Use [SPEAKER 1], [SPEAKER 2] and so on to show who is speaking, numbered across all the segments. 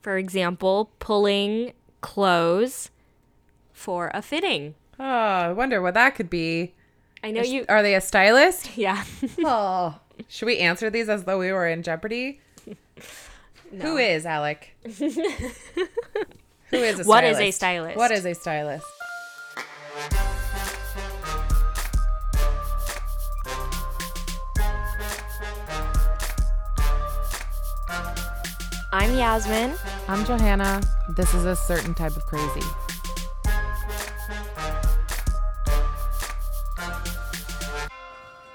[SPEAKER 1] For example, pulling clothes for a fitting.
[SPEAKER 2] Oh, I wonder what that could be.
[SPEAKER 1] I know you.
[SPEAKER 2] Are they a stylist?
[SPEAKER 1] Yeah.
[SPEAKER 2] oh. Should we answer these as though we were in Jeopardy? Who is Alec? Who is a stylist?
[SPEAKER 1] What is a stylist?
[SPEAKER 2] What is a stylist?
[SPEAKER 1] I'm Yasmin.
[SPEAKER 2] I'm Johanna. This is a certain type of crazy.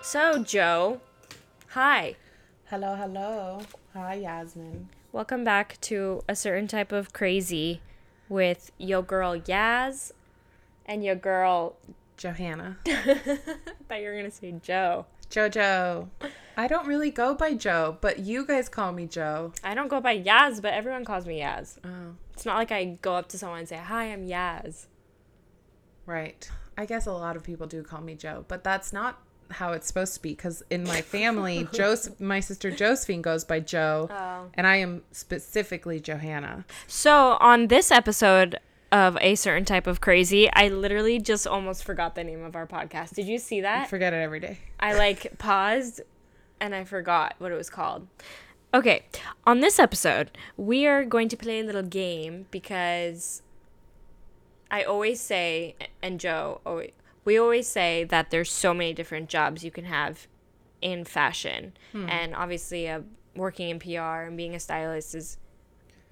[SPEAKER 1] So, Joe, hi.
[SPEAKER 2] Hello, hello. Hi, Yasmin.
[SPEAKER 1] Welcome back to a certain type of crazy with your girl Yaz and your girl.
[SPEAKER 2] Johanna.
[SPEAKER 1] I thought you were going to say Joe.
[SPEAKER 2] Jojo. I don't really go by Joe, but you guys call me Joe.
[SPEAKER 1] I don't go by Yaz, but everyone calls me Yaz.
[SPEAKER 2] Oh,
[SPEAKER 1] It's not like I go up to someone and say, Hi, I'm Yaz.
[SPEAKER 2] right. I guess a lot of people do call me Joe, but that's not how it's supposed to be because in my family, Jos- my sister Josephine goes by Joe,
[SPEAKER 1] Oh.
[SPEAKER 2] and I am specifically Johanna.
[SPEAKER 1] So, on this episode of A Certain Type of Crazy, I literally just almost forgot the name of our podcast. Did you see that?
[SPEAKER 2] Forget it every day.
[SPEAKER 1] I like paused and I forgot what it was called. Okay, on this episode, we are going to play a little game because I always say, and Joe, always, we always say that there's so many different jobs you can have in fashion. And obviously, uh, working in PR and being a stylist is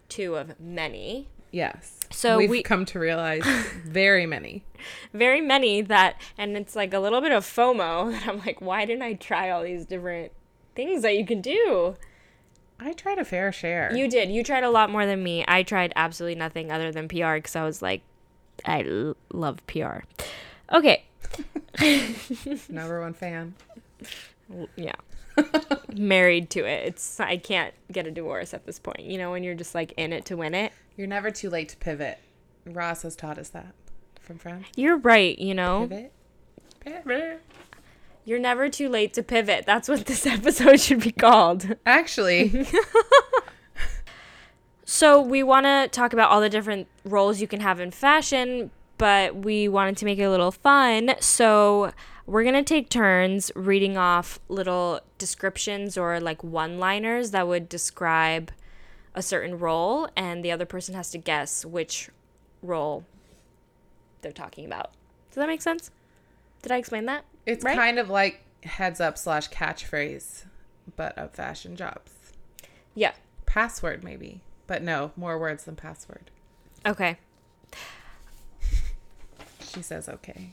[SPEAKER 1] two of many.
[SPEAKER 2] Yes.
[SPEAKER 1] So
[SPEAKER 2] we've
[SPEAKER 1] we-
[SPEAKER 2] come to realize very many.
[SPEAKER 1] very many that and it's like a little bit of FOMO that I'm like, why didn't I try all these different things that you can do?
[SPEAKER 2] I tried a fair share.
[SPEAKER 1] You did. You tried a lot more than me. I tried absolutely nothing other than PR because I was like, I l- love PR. Okay.
[SPEAKER 2] Number one fan.
[SPEAKER 1] Yeah. Married to it. It's I can't get a divorce at this point. You know, when you're just like in it to win it.
[SPEAKER 2] You're never too late to pivot. Ross has taught us that from France.
[SPEAKER 1] You're right, you know.
[SPEAKER 2] Pivot. Pivot.
[SPEAKER 1] You're never too late to pivot. That's what this episode should be called.
[SPEAKER 2] Actually,
[SPEAKER 1] So we want to talk about all the different roles you can have in fashion, but we wanted to make it a little fun. So we're going to take turns reading off little descriptions or like one-liners that would describe a certain role and the other person has to guess which role they're talking about. Does that make sense? Did I explain that?
[SPEAKER 2] it's
[SPEAKER 1] Right?
[SPEAKER 2] kind of like heads up slash catchphrase, but of fashion jobs.
[SPEAKER 1] Yeah.
[SPEAKER 2] Password, maybe. But no, more words than password.
[SPEAKER 1] Okay.
[SPEAKER 2] She says okay.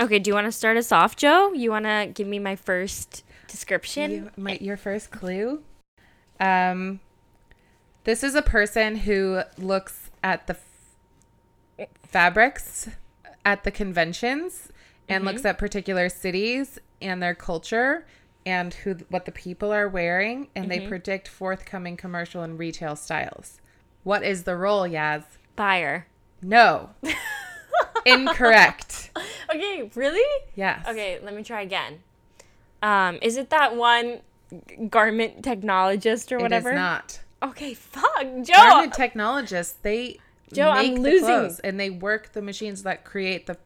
[SPEAKER 1] Okay, do you want to start us off, Joe? You want to give me my first description?
[SPEAKER 2] You, my, your first clue? Um, this is a person who looks at the f- fabrics at the conventions and looks at particular cities and their culture and who what the people are wearing and they predict forthcoming commercial and retail styles. What is the role, Yaz?
[SPEAKER 1] Buyer.
[SPEAKER 2] No. Incorrect.
[SPEAKER 1] Okay, really?
[SPEAKER 2] Yes.
[SPEAKER 1] Okay, let me try again. Um, is it that one g- garment technologist or whatever?
[SPEAKER 2] It is not.
[SPEAKER 1] Okay, fuck, Joe.
[SPEAKER 2] garment technologists they
[SPEAKER 1] Joe, I'm
[SPEAKER 2] make the
[SPEAKER 1] losing.
[SPEAKER 2] clothes and they work the machines that create the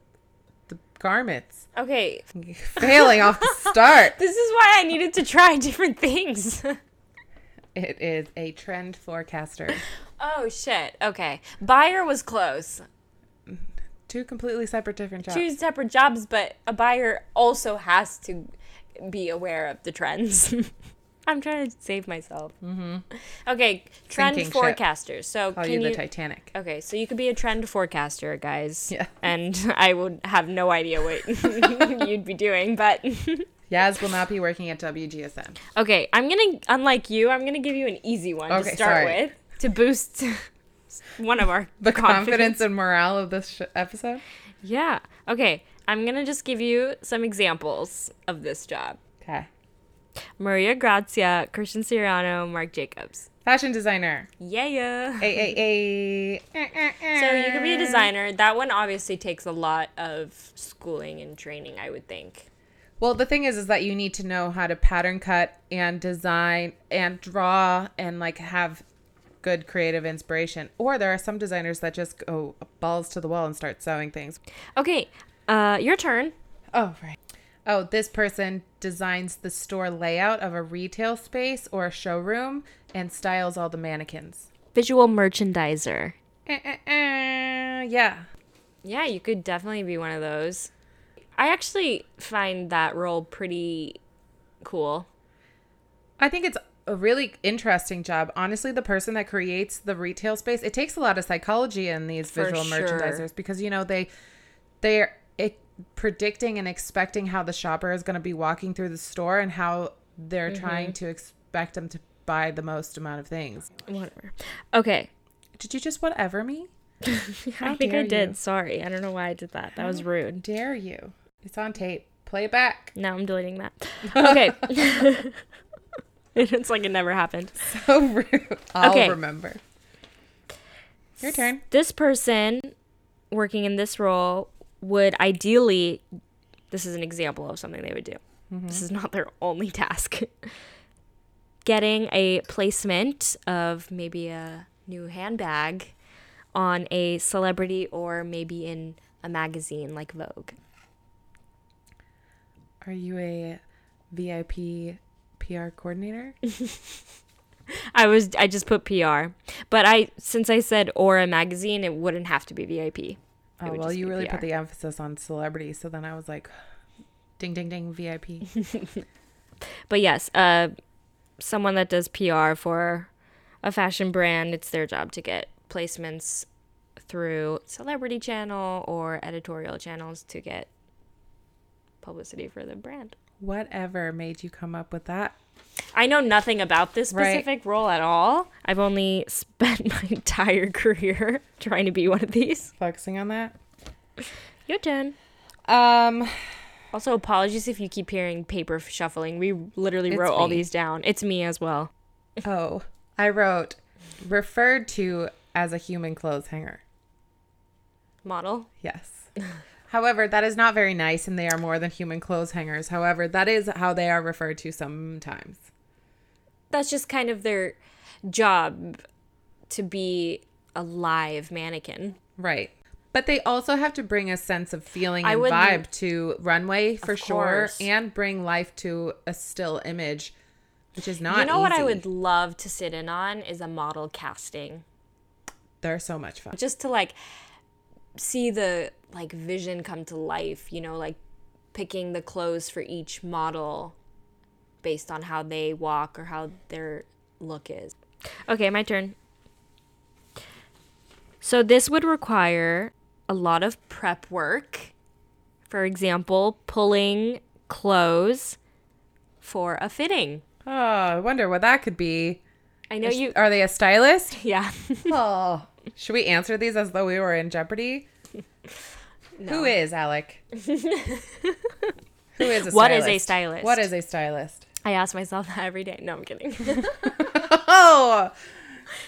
[SPEAKER 2] the garments
[SPEAKER 1] okay,
[SPEAKER 2] failing off the start
[SPEAKER 1] this is why I needed to try different things.
[SPEAKER 2] it is a trend forecaster
[SPEAKER 1] oh shit. Okay, buyer was close.
[SPEAKER 2] two completely separate different jobs
[SPEAKER 1] Two separate jobs, but a buyer also has to be aware of the trends. I'm trying to save myself. Mm-hmm. Okay, trend
[SPEAKER 2] Sinking ship.
[SPEAKER 1] forecasters. So
[SPEAKER 2] call
[SPEAKER 1] can
[SPEAKER 2] you the
[SPEAKER 1] you
[SPEAKER 2] titanic
[SPEAKER 1] Okay, so you could be a trend forecaster, guys.
[SPEAKER 2] Yeah.
[SPEAKER 1] And I would have no idea what you'd be doing, but
[SPEAKER 2] yaz will not be working at wgsn
[SPEAKER 1] okay, I'm gonna unlike you, I'm gonna give you an easy one
[SPEAKER 2] Okay,
[SPEAKER 1] to start
[SPEAKER 2] sorry.
[SPEAKER 1] with to boost one of our
[SPEAKER 2] the confidence and morale of this sh- episode
[SPEAKER 1] Yeah. Okay, I'm gonna just give you some examples of this job.
[SPEAKER 2] okay
[SPEAKER 1] Maria Grazia, Christian Siriano, Marc Jacobs.
[SPEAKER 2] fashion designer
[SPEAKER 1] Yeah.
[SPEAKER 2] a a a
[SPEAKER 1] So you could be a designer. That one obviously takes a lot of schooling and training, I would think.
[SPEAKER 2] Well, the thing is, is that you need to know how to pattern cut and design and draw and like have good creative inspiration. Or there are some designers that just go balls to the wall and start sewing things.
[SPEAKER 1] Okay, uh, your turn.
[SPEAKER 2] Oh, right. Oh, this person designs the store layout of a retail space or a showroom and styles all the mannequins.
[SPEAKER 1] Visual merchandiser.
[SPEAKER 2] Eh, eh, eh, yeah.
[SPEAKER 1] Yeah, you could definitely be one of those. I actually find that role pretty cool.
[SPEAKER 2] I think it's a really interesting job. Honestly, the person that creates the retail space, it takes a lot of psychology in these
[SPEAKER 1] For
[SPEAKER 2] visual
[SPEAKER 1] sure.
[SPEAKER 2] merchandisers because you know they they're e- predicting and expecting how the shopper is going to be walking through the store and how they're
[SPEAKER 1] Mm-hmm.
[SPEAKER 2] trying to expect them to buy the most amount of things.
[SPEAKER 1] Whatever. Okay.
[SPEAKER 2] Did you just whatever me?
[SPEAKER 1] I think I
[SPEAKER 2] dare
[SPEAKER 1] did.
[SPEAKER 2] you.
[SPEAKER 1] Sorry. I don't know why I did that. That was rude.
[SPEAKER 2] Dare you? It's on tape. Play it back.
[SPEAKER 1] Now I'm deleting that. Okay. it's like it never happened.
[SPEAKER 2] So rude. I'll
[SPEAKER 1] Okay.
[SPEAKER 2] remember. Your turn.
[SPEAKER 1] This person working in this role would ideally, this is an example of something they would do.
[SPEAKER 2] Mm-hmm.
[SPEAKER 1] This is not their only task. Getting a placement of maybe a new handbag on a celebrity or maybe in a magazine like Vogue.
[SPEAKER 2] Are you a VIP PR coordinator?
[SPEAKER 1] I was I just put PR, but I since I said or a magazine, it wouldn't have to be VIP.
[SPEAKER 2] Oh,
[SPEAKER 1] would
[SPEAKER 2] well,
[SPEAKER 1] just
[SPEAKER 2] you
[SPEAKER 1] be
[SPEAKER 2] really put
[SPEAKER 1] PR.
[SPEAKER 2] the emphasis on celebrity. So then I was like, ding, ding, ding, VIP.
[SPEAKER 1] But yes, uh, someone that does PR for a fashion brand, it's their job to get placements through celebrity channel or editorial channels to get publicity for the brand.
[SPEAKER 2] Whatever made you come up with that?
[SPEAKER 1] I know nothing about this
[SPEAKER 2] Right.
[SPEAKER 1] specific role at all. I've only spent my entire career trying to be one of these.
[SPEAKER 2] Focusing on that?
[SPEAKER 1] Your turn.
[SPEAKER 2] Um,
[SPEAKER 1] Also, apologies if you keep hearing paper shuffling. We literally
[SPEAKER 2] It's
[SPEAKER 1] wrote all
[SPEAKER 2] me.
[SPEAKER 1] these down. It's me as well.
[SPEAKER 2] oh, I wrote referred to as a human clothes hanger.
[SPEAKER 1] Model.
[SPEAKER 2] Yes. However, that is not very nice, and they are more than human clothes hangers. However, that is how they are referred to sometimes.
[SPEAKER 1] That's just kind of their job to be a live mannequin.
[SPEAKER 2] Right. But they also have to bring a sense of feeling
[SPEAKER 1] I
[SPEAKER 2] and
[SPEAKER 1] wouldn't-
[SPEAKER 2] vibe to runway for sure
[SPEAKER 1] course.
[SPEAKER 2] and bring life to a still image, which is not
[SPEAKER 1] you know what I
[SPEAKER 2] easy.
[SPEAKER 1] would love to sit in on is a model casting.
[SPEAKER 2] They're so much fun.
[SPEAKER 1] Just to like see the like vision come to life, you know, like picking the clothes for each model based on how they walk or how their look is. Okay, my turn. So this would require a lot of prep work. For example, pulling clothes for a fitting.
[SPEAKER 2] Oh, I wonder what that could be.
[SPEAKER 1] I know you
[SPEAKER 2] Are they a stylist?
[SPEAKER 1] yeah.
[SPEAKER 2] oh. Should we answer these as though we were in Jeopardy? Who is Alec? Who is a stylist?
[SPEAKER 1] What is a stylist?
[SPEAKER 2] What is a stylist?
[SPEAKER 1] I ask myself that every day. No, I'm kidding.
[SPEAKER 2] Oh,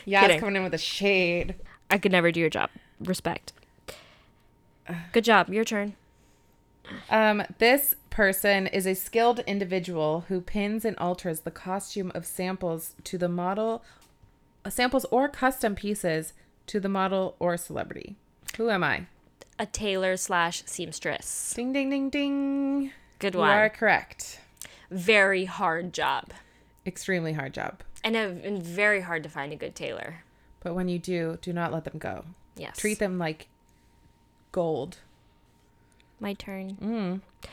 [SPEAKER 2] yeah,
[SPEAKER 1] Kidding.
[SPEAKER 2] it's coming in with a shade.
[SPEAKER 1] I could never do your job. Respect. Good job. Your turn.
[SPEAKER 2] Um, this person is a skilled individual who pins and alters the costume of samples to the model, uh, samples or custom pieces to the model or celebrity. Who am I?
[SPEAKER 1] A tailor slash seamstress.
[SPEAKER 2] Ding, ding, ding, ding.
[SPEAKER 1] Good
[SPEAKER 2] You are
[SPEAKER 1] one.
[SPEAKER 2] correct.
[SPEAKER 1] Very hard job.
[SPEAKER 2] Extremely hard job.
[SPEAKER 1] And, a, and very hard to find a good tailor.
[SPEAKER 2] But when you do, do not let them go.
[SPEAKER 1] Yes.
[SPEAKER 2] Treat them like gold.
[SPEAKER 1] My turn. Mm.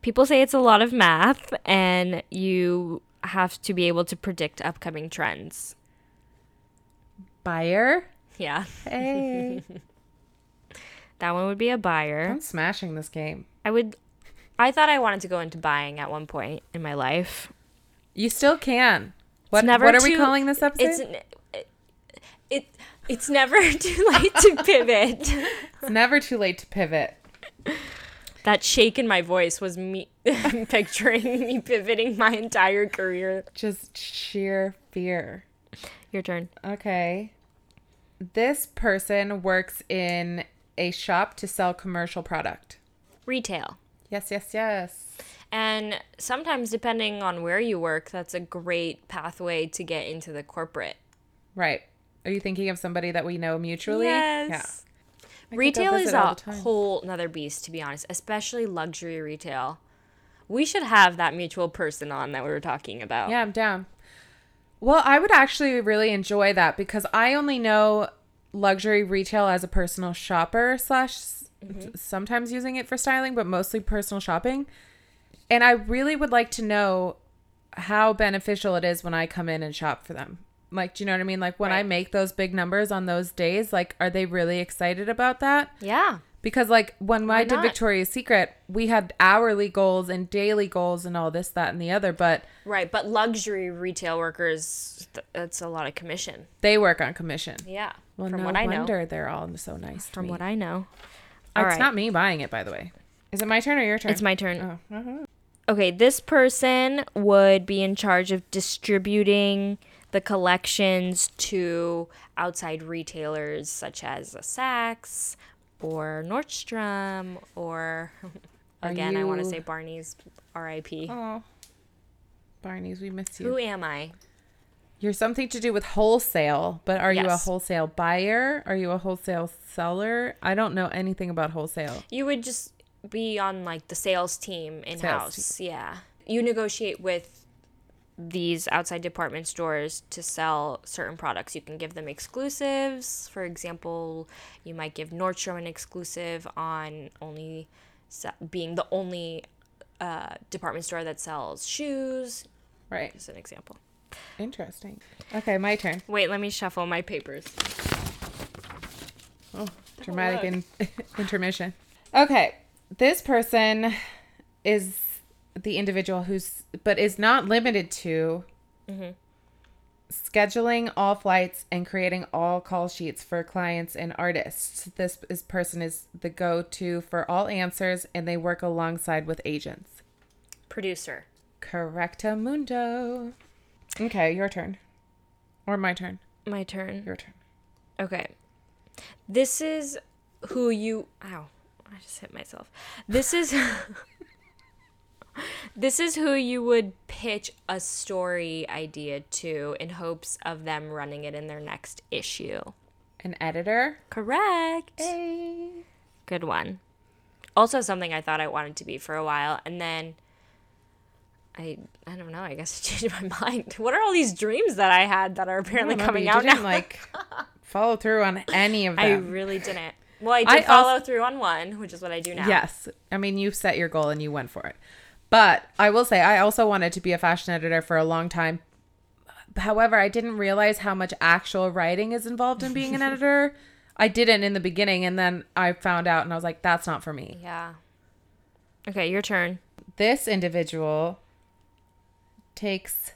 [SPEAKER 1] People say it's a lot of math and you have to be able to predict upcoming trends.
[SPEAKER 2] Buyer?
[SPEAKER 1] Yeah.
[SPEAKER 2] Hey.
[SPEAKER 1] That one would be a buyer.
[SPEAKER 2] I'm smashing this game.
[SPEAKER 1] I would I thought I wanted to go into buying at one point in my life.
[SPEAKER 2] You still can. What,
[SPEAKER 1] never
[SPEAKER 2] what are we
[SPEAKER 1] too-
[SPEAKER 2] calling this episode?
[SPEAKER 1] It's n- it, it it's never too late to pivot.
[SPEAKER 2] it's never too late to pivot.
[SPEAKER 1] that shake in my voice was me picturing me pivoting my entire career.
[SPEAKER 2] Just sheer fear.
[SPEAKER 1] Your turn.
[SPEAKER 2] Okay. This person works in a shop to sell commercial product.
[SPEAKER 1] Retail.
[SPEAKER 2] Yes, yes, yes.
[SPEAKER 1] And sometimes, depending on where you work, that's a great pathway to get into the corporate.
[SPEAKER 2] Right. Are you thinking of somebody that we know mutually?
[SPEAKER 1] Yes.
[SPEAKER 2] Yeah.
[SPEAKER 1] Retail is
[SPEAKER 2] all
[SPEAKER 1] a whole another beast, to be honest, especially luxury retail. We should have that mutual person on that we were talking about.
[SPEAKER 2] Yeah, I'm down. Well, I would actually really enjoy that because I only know luxury retail as a personal shopper slash s
[SPEAKER 1] Mm-hmm.
[SPEAKER 2] sometimes using it for styling, but mostly personal shopping. And I really would like to know how beneficial it is when I come in and shop for them. Like, do you know what I mean? Like when I
[SPEAKER 1] Right.
[SPEAKER 2] make those big numbers on those days, like are they really excited about that?
[SPEAKER 1] Yeah.
[SPEAKER 2] Because like when I did
[SPEAKER 1] not?
[SPEAKER 2] Victoria's Secret, we had hourly goals and daily goals and all this, that, and the other, but
[SPEAKER 1] Right. But luxury retail workers, th- that's a lot of commission.
[SPEAKER 2] they work on commission.
[SPEAKER 1] Yeah.
[SPEAKER 2] Well,
[SPEAKER 1] from
[SPEAKER 2] no
[SPEAKER 1] what I know.
[SPEAKER 2] wonder they're all so nice. To
[SPEAKER 1] From
[SPEAKER 2] me. Uh,
[SPEAKER 1] what I know.
[SPEAKER 2] it's
[SPEAKER 1] Alright.
[SPEAKER 2] not me buying it, by the way. Is it my turn or your turn?
[SPEAKER 1] It's my turn.
[SPEAKER 2] Oh, uh-huh.
[SPEAKER 1] Okay, this person would be in charge of distributing the collections to outside retailers such as a Saks or Nordstrom or again, I want to
[SPEAKER 2] you-
[SPEAKER 1] say Barney's RIP.
[SPEAKER 2] Oh, Barney's, we miss you.
[SPEAKER 1] Who am I?
[SPEAKER 2] You're something to do with wholesale, but are you a
[SPEAKER 1] Yes.
[SPEAKER 2] wholesale buyer? Are you a wholesale seller? I don't know anything about wholesale.
[SPEAKER 1] You would just be on like the sales team in house. Yeah. You negotiate with these outside department stores to sell certain products. You can give them exclusives. For example, you might give Nordstrom an exclusive on only se- being the only uh, department store that sells shoes.
[SPEAKER 2] Right.
[SPEAKER 1] As an example.
[SPEAKER 2] Interesting. Okay, my turn.
[SPEAKER 1] Wait, let me shuffle my papers.
[SPEAKER 2] Oh, dramatic in- intermission. Okay, this person is the individual who's, but is not limited to scheduling all flights and creating all call sheets for clients and artists. This is, person is the go to for all answers, and they work alongside with agents.
[SPEAKER 1] Producer.
[SPEAKER 2] Correctamundo. Okay, your turn. Or my turn.
[SPEAKER 1] My turn.
[SPEAKER 2] Your turn.
[SPEAKER 1] Okay. This is who you. Ow. I just hit myself. This is. this is who you would pitch a story idea to in hopes of them running it in their next issue.
[SPEAKER 2] An editor.
[SPEAKER 1] Correct.
[SPEAKER 2] Hey.
[SPEAKER 1] Good one. Also, something I thought I wanted to be for a while, and then. I, I don't know. I guess I changed my mind. What are all these dreams that I had that are apparently
[SPEAKER 2] don't know, but
[SPEAKER 1] coming
[SPEAKER 2] you
[SPEAKER 1] out
[SPEAKER 2] didn't,
[SPEAKER 1] now?
[SPEAKER 2] Like follow through on any of
[SPEAKER 1] I
[SPEAKER 2] them.
[SPEAKER 1] really didn't. Well, I did
[SPEAKER 2] I
[SPEAKER 1] follow through on one, which is what I do now.
[SPEAKER 2] yes, I mean you set your goal and you went for it. But I will say I also wanted to be a fashion editor for a long time. However, I didn't realize how much actual writing is involved in being an editor. I didn't in the beginning, and then I found out, and I was like, "That's not for me."
[SPEAKER 1] Yeah. Okay, your turn.
[SPEAKER 2] This individual takes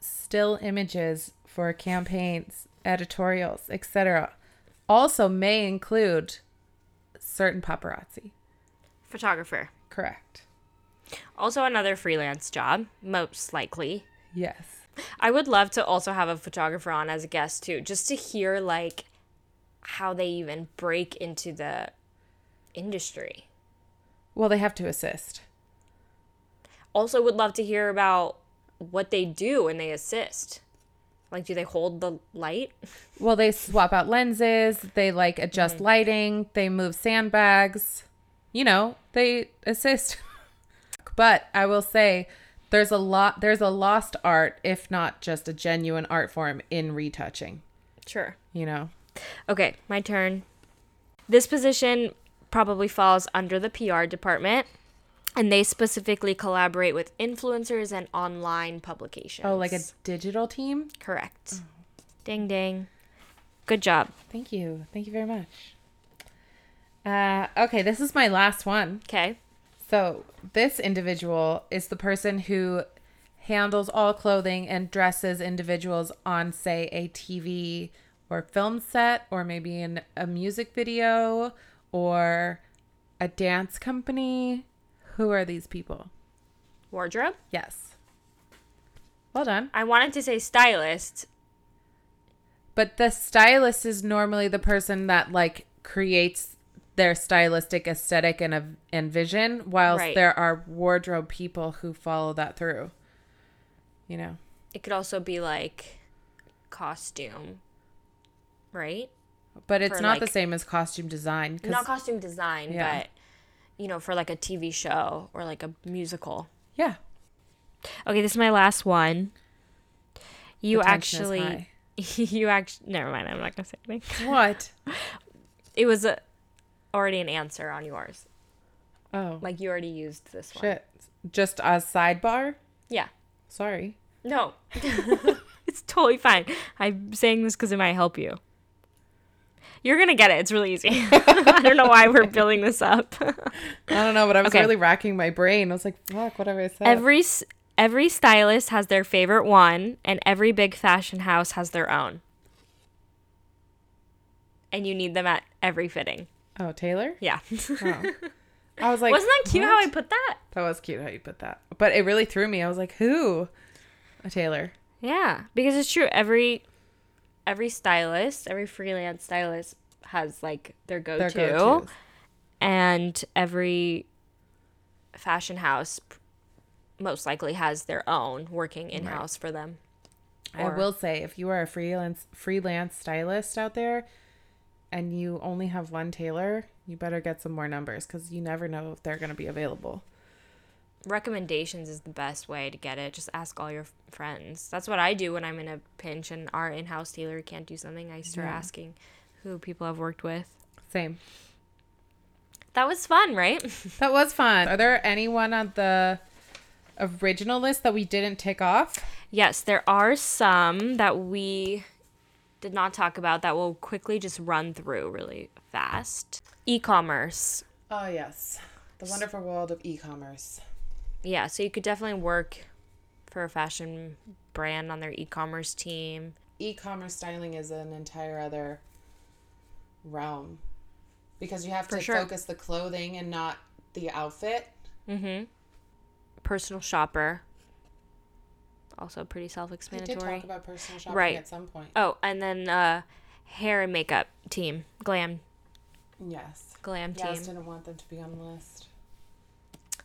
[SPEAKER 2] still images for campaigns, editorials, etc. Also may include certain paparazzi.
[SPEAKER 1] Photographer.
[SPEAKER 2] Correct.
[SPEAKER 1] Also, another freelance job, most likely.
[SPEAKER 2] Yes.
[SPEAKER 1] I would love to also have a photographer on as a guest too, just to hear like how they even break into the industry.
[SPEAKER 2] Well, they have to assist.
[SPEAKER 1] Also, would love to hear about what they do when they assist. Like, do they hold the light?
[SPEAKER 2] Well, they swap out lenses, they like adjust lighting, they move sandbags. You know, they assist. but I will say there's a lot there's a lost art if not just a genuine art form in retouching,
[SPEAKER 1] Sure.
[SPEAKER 2] you know.
[SPEAKER 1] Okay, my turn. This position probably falls under the PR department, and they specifically collaborate with influencers and online publications.
[SPEAKER 2] Oh, like a Oh. digital team?
[SPEAKER 1] correct. Ding ding. Good job.
[SPEAKER 2] Thank you. Thank you very much. Uh, okay, this is my last one.
[SPEAKER 1] Okay.
[SPEAKER 2] So, this individual is the person who handles all clothing and dresses individuals on, say, a TV or film set, or maybe in a music video or a dance company. Who are these people?
[SPEAKER 1] Wardrobe.
[SPEAKER 2] Yes. Well done.
[SPEAKER 1] I wanted to say stylist.
[SPEAKER 2] But the stylist is normally the person that like creates their stylistic aesthetic and, a- and vision, whilst
[SPEAKER 1] Right.
[SPEAKER 2] there are wardrobe people who follow that through. You know?
[SPEAKER 1] It could also be like costume, right?
[SPEAKER 2] But it's
[SPEAKER 1] For,
[SPEAKER 2] not
[SPEAKER 1] like-
[SPEAKER 2] the same as costume design. 'cause-
[SPEAKER 1] Not costume design,
[SPEAKER 2] Yeah.
[SPEAKER 1] but you know, for like a TV show or like a musical.
[SPEAKER 2] yeah.
[SPEAKER 1] Okay, this is my last one. You
[SPEAKER 2] Attention is
[SPEAKER 1] actually, you actually, never mind. I'm not gonna say anything.
[SPEAKER 2] high. What?
[SPEAKER 1] It was a, already an answer on yours.
[SPEAKER 2] Oh,
[SPEAKER 1] Like you already used this one.
[SPEAKER 2] shit. Just a sidebar?
[SPEAKER 1] Yeah.
[SPEAKER 2] Sorry.
[SPEAKER 1] No. it's totally fine. I'm saying this because it might help you. You're gonna get it. It's really easy. I don't know why we're building this up.
[SPEAKER 2] I don't know, but I was
[SPEAKER 1] Okay.
[SPEAKER 2] really racking my brain. I was like, fuck, what have I said?
[SPEAKER 1] every s- every stylist has their favorite one, and every big fashion house has their own. And you need them at every fitting.
[SPEAKER 2] oh, Taylor?
[SPEAKER 1] Yeah.
[SPEAKER 2] Oh. I was like,
[SPEAKER 1] Wasn't that cute
[SPEAKER 2] what?
[SPEAKER 1] how I put that?
[SPEAKER 2] That was cute how you put that. But it really threw me. I was like, who? A Taylor.
[SPEAKER 1] Yeah, because it's true. Every every stylist, every freelance stylist has like their go
[SPEAKER 2] Their
[SPEAKER 1] to,
[SPEAKER 2] go-tos.
[SPEAKER 1] and every fashion house p- most likely has their own working in house for them.
[SPEAKER 2] I
[SPEAKER 1] Or-
[SPEAKER 2] will say, if you are a freelance freelance stylist out there, and you only have one tailor, you better get some more numbers because you never know if they're going to be available.
[SPEAKER 1] recommendations is the best way to get it. Just ask all your f- friends. That's what I do when I'm in a pinch and our in-house tailor can't do something. I start asking who people I've worked with.
[SPEAKER 2] Same.
[SPEAKER 1] That was fun, right?
[SPEAKER 2] That was fun. Are there anyone on the original list that we didn't tick off?
[SPEAKER 1] yes, there are some that we did not talk about that we'll quickly just run through really fast. E-commerce.
[SPEAKER 2] Oh yes, the wonderful world of e-commerce.
[SPEAKER 1] Yeah, so you could definitely work for a fashion brand on their e-commerce team.
[SPEAKER 2] E-commerce styling is an entire other realm because you have
[SPEAKER 1] For
[SPEAKER 2] to
[SPEAKER 1] sure.
[SPEAKER 2] focus the clothing and not the outfit.
[SPEAKER 1] Personal shopper. Also pretty
[SPEAKER 2] We
[SPEAKER 1] self-explanatory.
[SPEAKER 2] did talk about personal shopping
[SPEAKER 1] Right.
[SPEAKER 2] at some point.
[SPEAKER 1] Oh, and then uh, hair and makeup team, glam,
[SPEAKER 2] Yes.
[SPEAKER 1] glam
[SPEAKER 2] Yeah, I just
[SPEAKER 1] team.
[SPEAKER 2] didn't want them to be on the list.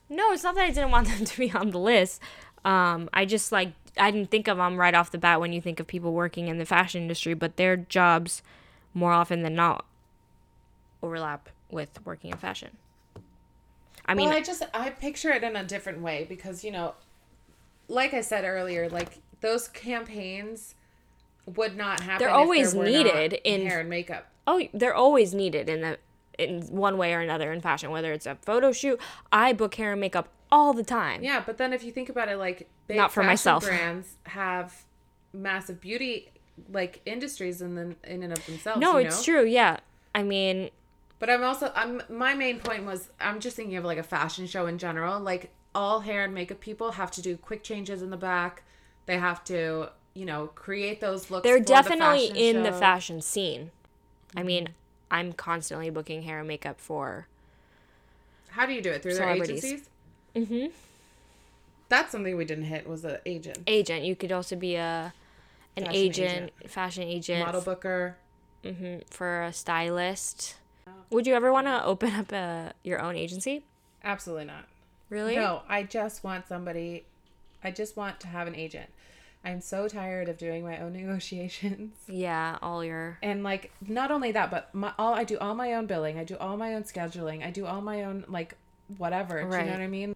[SPEAKER 1] No, it's not that I didn't want them to be on the list. Um, I just like I didn't think of them right off the bat when you think of people working in the fashion industry, but their jobs more often than not overlap with working in fashion. I mean,
[SPEAKER 2] well, I just I picture it in a different way because you know, like I said earlier, like those campaigns would not happen. if there
[SPEAKER 1] always
[SPEAKER 2] were not
[SPEAKER 1] needed in-
[SPEAKER 2] hair and makeup.
[SPEAKER 1] oh, they're always needed in the in one way or another in fashion, whether it's a photo shoot. I book hair and makeup all the time.
[SPEAKER 2] Yeah, but then if you think about it, like big
[SPEAKER 1] Not for
[SPEAKER 2] fashion
[SPEAKER 1] myself.
[SPEAKER 2] brands have massive beauty like industries in the, in and of themselves.
[SPEAKER 1] no,
[SPEAKER 2] you know?
[SPEAKER 1] it's true. Yeah, I mean,
[SPEAKER 2] But I'm also I'm my main point was I'm just thinking of like a fashion show in general. Like all hair and makeup people have to do quick changes in the back. They have to, you know, create those looks.
[SPEAKER 1] they're
[SPEAKER 2] for the
[SPEAKER 1] definitely
[SPEAKER 2] fashion
[SPEAKER 1] in the
[SPEAKER 2] show. Mm-hmm.
[SPEAKER 1] fashion scene. I mean, I'm constantly booking hair and makeup for.
[SPEAKER 2] How do you do it through their
[SPEAKER 1] Celebrities.
[SPEAKER 2] agencies? Mm-hmm. That's something we didn't hit was an agent,
[SPEAKER 1] Agent, you could also be a an
[SPEAKER 2] Fashion
[SPEAKER 1] agent, fashion agent
[SPEAKER 2] model booker.
[SPEAKER 1] f- for a stylist. Would you ever want to open up a your own agency?
[SPEAKER 2] Absolutely not.
[SPEAKER 1] Really?
[SPEAKER 2] No, I just want somebody. I just want to have an agent. I'm so tired of doing my own negotiations.
[SPEAKER 1] Yeah, all your
[SPEAKER 2] and like not only that but my, all i do all my own billing i do all my own scheduling i do all my own like whatever do you
[SPEAKER 1] Right.
[SPEAKER 2] know what i mean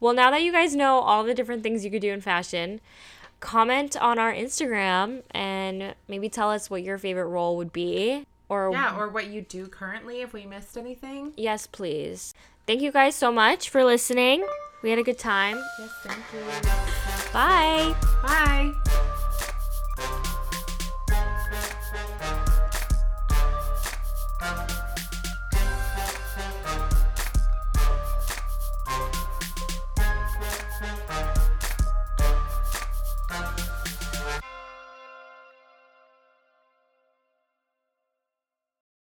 [SPEAKER 1] Well, now that you guys know all the different things you could do in fashion, comment on our Instagram and maybe tell us what your favorite role would be or
[SPEAKER 2] yeah or what you do currently if we missed anything
[SPEAKER 1] Yes, please. Thank you guys so much for listening. We had a good time.
[SPEAKER 2] yes thank you
[SPEAKER 1] Bye.
[SPEAKER 2] bye